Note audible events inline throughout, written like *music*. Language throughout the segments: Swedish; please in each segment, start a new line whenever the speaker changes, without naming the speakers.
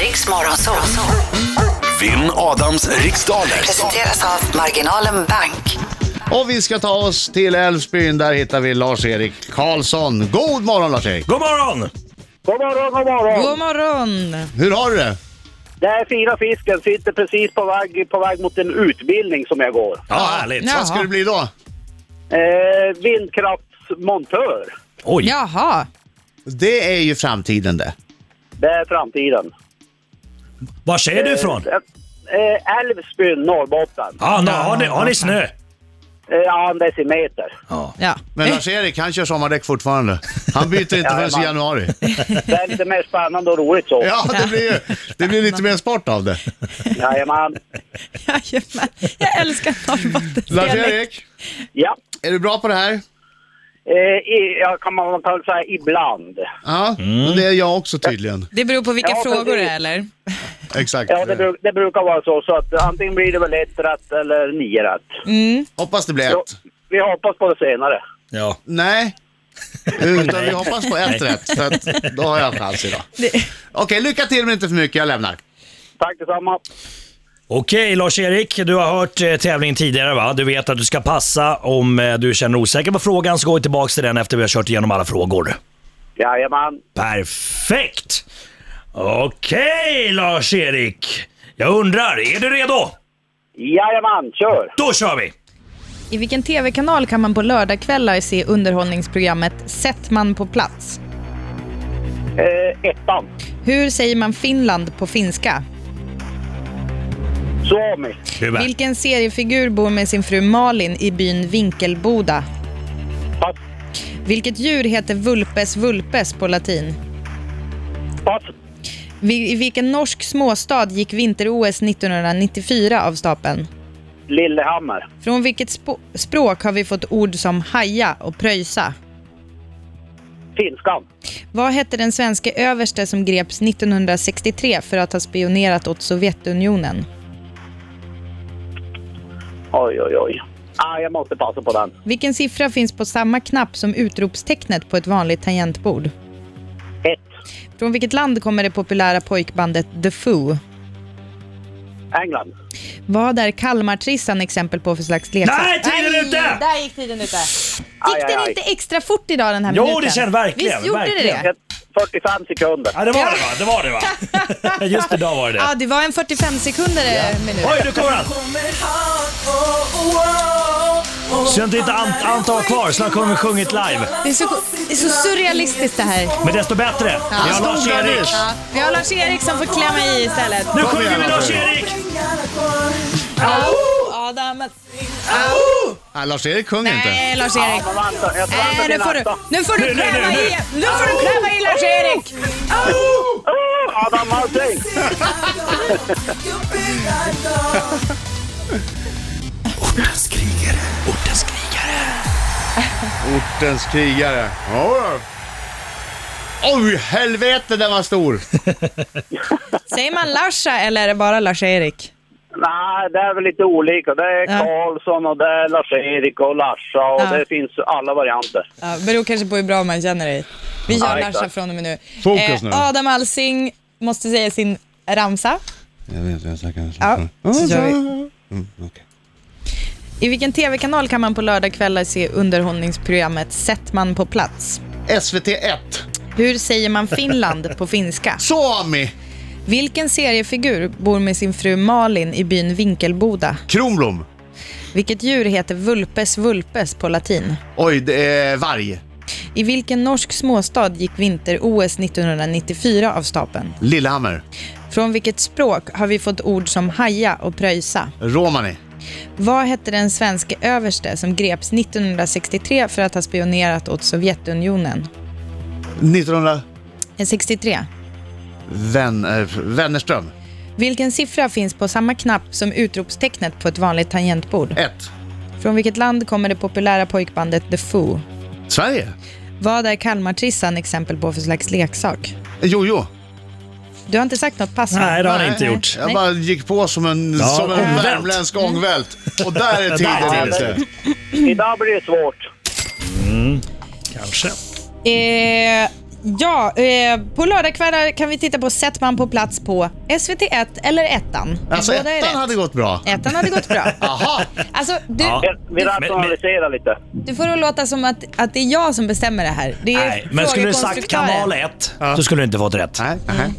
Riks Morgonzoo.
Vinn Adams riksdaler.
Presenteras av Marginalen Bank.
Och vi ska ta oss till Älvsbyn. Där hittar vi Lars-Erik Karlsson. God morgon Lars-Erik!
God morgon!
God morgon, god morgon!
God morgon!
Hur har du det?
Den fina fisken sitter precis på väg, på väg mot en utbildning som jag går.
Ja, härligt.
Ja.
Vad ska du bli då?
Eh, vindkraftsmontör,
Oj,
Jaha,
Det är ju framtiden det.
det är framtiden.
var är du ifrån?
Eh, eh, Älvsbyn, Norrbotten.
Ja, nå, har, ni, har ni snö?
Eh, ja, en decimeter.
ja.
Eh.
Men Lars-Erik han kör sommardäck fortfarande. Han
*laughs*
byter inte förrän i
Jajamän.
januari.
Det är lite mer spännande och roligt så.
Ja, det blir ju det blir lite mer sport av det.
Jajamän.
*laughs* Jajamän. Jag älskar Norrbotten.
Lars-Erik,
Ja.
är du bra på det här?
Eh, i, ja, kan man väl säga ibland.
Ja,
Mm.
och det är jag också tydligen.
Det beror på vilka
Ja,
frågor
precis.
det är eller?
Exakt.
Ja, det, bru- det brukar vara så, så att antingen blir det väl ett rätt eller nio rätt.
Mm.
Hoppas det blir
Så,
ett.
vi hoppas på det senare.
Ja.
Nej. Utan vi hoppas på ett rätt, för att då har jag en chans idag. Okej, lycka till men inte för mycket, jag lämnar.
Tack detsamma.
Okej, Lars-Erik, du har hört eh, tävlingen tidigare va? Du vet att du ska passa om eh, du känner osäker på frågan så går vi tillbaka till den efter vi har kört igenom alla frågor.
Jajamän.
Perfekt! Okej, Lars-Erik. Jag undrar, är du redo?
Jajamän, kör!
Då kör vi!
I vilken tv-kanal kan man på lördagkvällar se underhållningsprogrammet Sätt man på plats?
Eh, ettan.
Hur säger man Finland på finska?
Suomi.
Du är med.
Vilken seriefigur bor med sin fru Malin i byn Vinkelboda?
Pass.
Vilket djur heter vulpes vulpes på latin?
Pass.
Vi- I vilken norsk småstad gick vinter-OS 1994 av stapeln?
Lillehammer.
Från vilket sp- språk har vi fått ord som haja och pröjsa?
Finskan.
Vad hette den svenska överste som greps 1963 för att ha spionerat åt Sovjetunionen?
Oj, oj, oj. Ah, jag måste passa på den.
Vilken siffra finns på samma knapp som utropstecknet på ett vanligt tangentbord?
Ett.
Från vilket land kommer det populära pojkbandet The Foo?
England.
Vad är Kalmartrissan exempel på för slags leksak?
Nej, tiden är ute!
Där gick tiden ute.
Aj,
Gick
aj,
den
aj.
inte extra fort idag den här
Jo,
minuten?
det känns verkligen,
Visst gjorde
verkligen.
det det?
Ett- 45 sekunder.
Ja, det var det va? Det var det va? Just idag var det
Ja,
det.
det var en 45 sekunder eh, minut.
Oj, nu kommer han! Synd att inte Ant- Anta var kvar, snart kommer vi sjungit live.
Det är, så, det är så surrealistiskt det här.
Men desto bättre. Vi har
Stod där
Lars-Erik.
nyss.
Vi har Lars-Erik som får klämma i istället.
Nu sjunger vi
igen,
Lars-Erik!
*laughs* Adam.
Nej, Lars-Erik sjunger inte.
Nej, Lars-Erik.
Jag väntar, jag väntar
Nej, Äh, nu
till
får du,
nästa.
nu får du
Nu, nu, nu,
klämma
nu.
i. Nu får du klämma i Lars-Erik.
Oh, Adam Alsing!
Ortens krigare. Ortens krigare.
Ortens krigare. Ja. Oj, helvete den var stor!
Säger man Larsa eller är det bara Lars-Erik?
Nej, det är väl lite olika. Det är
Ja.
Karlsson och det är Lars-Erik och Larsa och
Ja.
det finns alla varianter.
Ja, beror kanske på hur bra man känner dig. Vi kör
Ja,
Larsa
exakt.
från och med nu. Eh,
Fokus nu.
Adam Alsing måste säga sin ramsa.
Jag vet, jag snackar.
Ja,
Mm.
så kör vi. I vilken tv-kanal kan man på lördagkvällar se underhållningsprogrammet Sätt man på plats?
SVT 1.
Hur säger man Finland på finska?
Sami
Vilken seriefigur bor med sin fru Malin i byn Vinkelboda?
Kronblom.
Vilket djur heter vulpes vulpes på latin?
Oj, det är varg.
I vilken norsk småstad gick vinter-OS 1994 av stapeln?
Lillehammer.
Från vilket språk har vi fått ord som haja och pröjsa?
Romani.
Vad hette den svenske överste som greps 1963 för att ha spionerat åt Sovjetunionen? Eh,
1900...
63.
Vän, eh, Wennerström.
Vilken siffra finns på samma knapp som utropstecknet på ett vanligt tangentbord?
1.
Från vilket land kommer det populära pojkbandet The Foo?
Sverige.
Vad är Kalmartrissan exempel på för slags leksak?
Jojo.
Du har inte sagt något pass? va?
Nej, det har ni inte gjort.
Jag bara gick på som en,
Ja,
som en
omvänt.
värmländsk ångvält. Och där är
*laughs* Där är
tiden
tiden
ute.
Idag blir det svårt.
Kanske.
Eh, Ja, eh, på lördagskvällar kan vi titta på Sättman på plats på SVT1 eller ettan.
Alltså
Båda är
ettan
rätt.
hade gått bra.
Ettan hade
*laughs*
gått bra.
Jaha,
Alltså, du,
Ja.
Vi
Men-
rationaliserar lite.
du får det att låta som att, att det är jag som bestämmer det här. Det är
Nej, men skulle du sagt
frågekonstruktören.
kanal 1 så skulle du inte fått rätt.
nej, nej.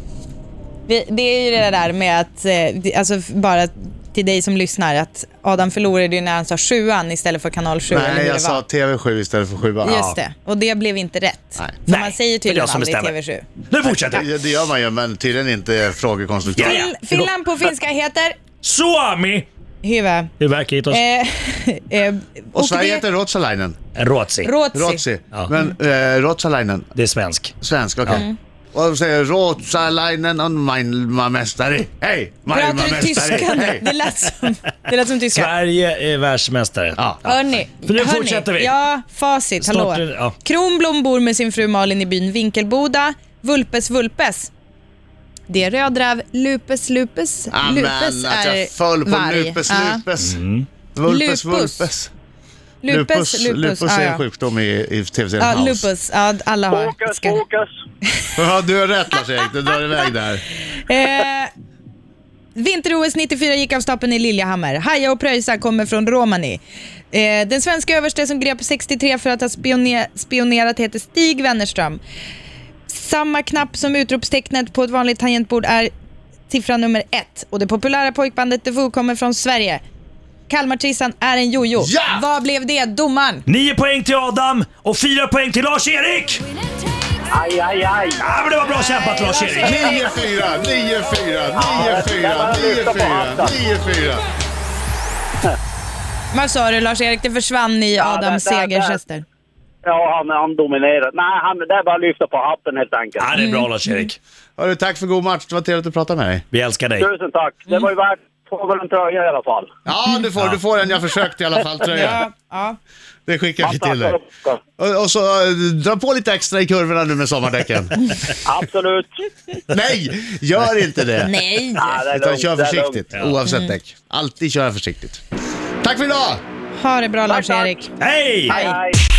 Vi, det är ju det där med att, eh, det- alltså f- bara till dig som lyssnar, att Adam förlorade ju när han sa sjuan istället för kanal 7. eller hur
nej
det
jag sa
var.
TV7 istället för 7
Just det, och det blev inte rätt.
Nej.
För man säger
det är jag
tydligen
som
aldrig
bestämmer.
TV7.
Nu fortsätter vi.
Det, det gör man ju, men tydligen inte frågekonstruktör.
Ja, ja.
Fil- Finland på finska heter
Suomi!
Hyvä.
Hur verkar hittas?
Eh, *laughs* eh,
Och Sverige
det-
heter Rotsalainen.
Ruotsi.
Ruotsi.
Rotsi.
Ja.
Men eh, Rotsalainen,
Det är svensk.
svensk, okej.
Mm.
Och de säger Rotsalainen on maailmanmestari. Hej,
Pratar du
maailmanmästare.
tyska nu?
Hej.
Det lät som, det lät som tyska.
Sverige är världsmästare.
Ja.
Hörni,
För nu
hörni,
fortsätter vi.
Ja, facit. Hallå.
Startar- ja.
Kronblom bor med sin fru Malin i byn Vinkelboda. Vulpes Vulpes. Det är rödräv. Lupes Lupes.
Amen,
lupes
att
är
jag föll på
varg.
Lupes,
Ja.
Lupes. Vulpes,
Lupus.
vulpes.
Lupus, lupus,
är
ja,
en
ja.
sjukdom i, i tv-serien
Ja,
House.
lupus. Ja, alla har.
Fokus,
Ska-
fokus.
*laughs* Ja, du har rätt Lars-Erik, du drar iväg
*laughs*
där.
Eh, Vinter-OS 94 gick av stapeln i Liljehammer. Haja och pröjsar kommer från Romani. Eh, den svenska överste som greps 63 för att ha spione- spionerat heter Stig Wennerström. Samma knapp som utropstecknet på ett vanligt tangentbord är siffran nummer ett. Och det populära pojkbandet Defoe kommer från Sverige. Kalmartrissan är en jojo.
Ja!
Vad blev det, domaren?
9 poäng till Adam och 4 poäng till Lars-Erik!
Aj, aj, aj.
Ja, men det var bra kämpat
9-4,
Lars-Erik!
9-4, 9-4, 9-4, 9-4.
Vad sa du Lars-Erik? Det försvann i Adams
där, där, där.
segers röster.
Ja, han, han dominerar. Nej, han, det är bara att lyfta på hatten helt enkelt.
Ja, det är bra Lars-Erik.
Hörru, tack för god match. Det var trevligt att prata med dig.
Vi älskar dig.
Tusen tack. Det
Mm.
var ju värt två en tröja i alla fall.
Ja, du får, du får en. Jag försökte i alla fall, tröja.
Ja, ja.
Det skickar vi till dig.
Tack.
Och, och så eh, dra på lite extra i kurvorna nu med *laughs* sommardäcken.
Absolut.
Nej, gör inte det.
Nej.
Ja, det är
Utan
lugnt,
kör
det är lugnt.
försiktigt, oavsett däck. Alltid köra försiktigt. Tack för idag!
Ha det bra Lars-Erik.
Hej!
Hej.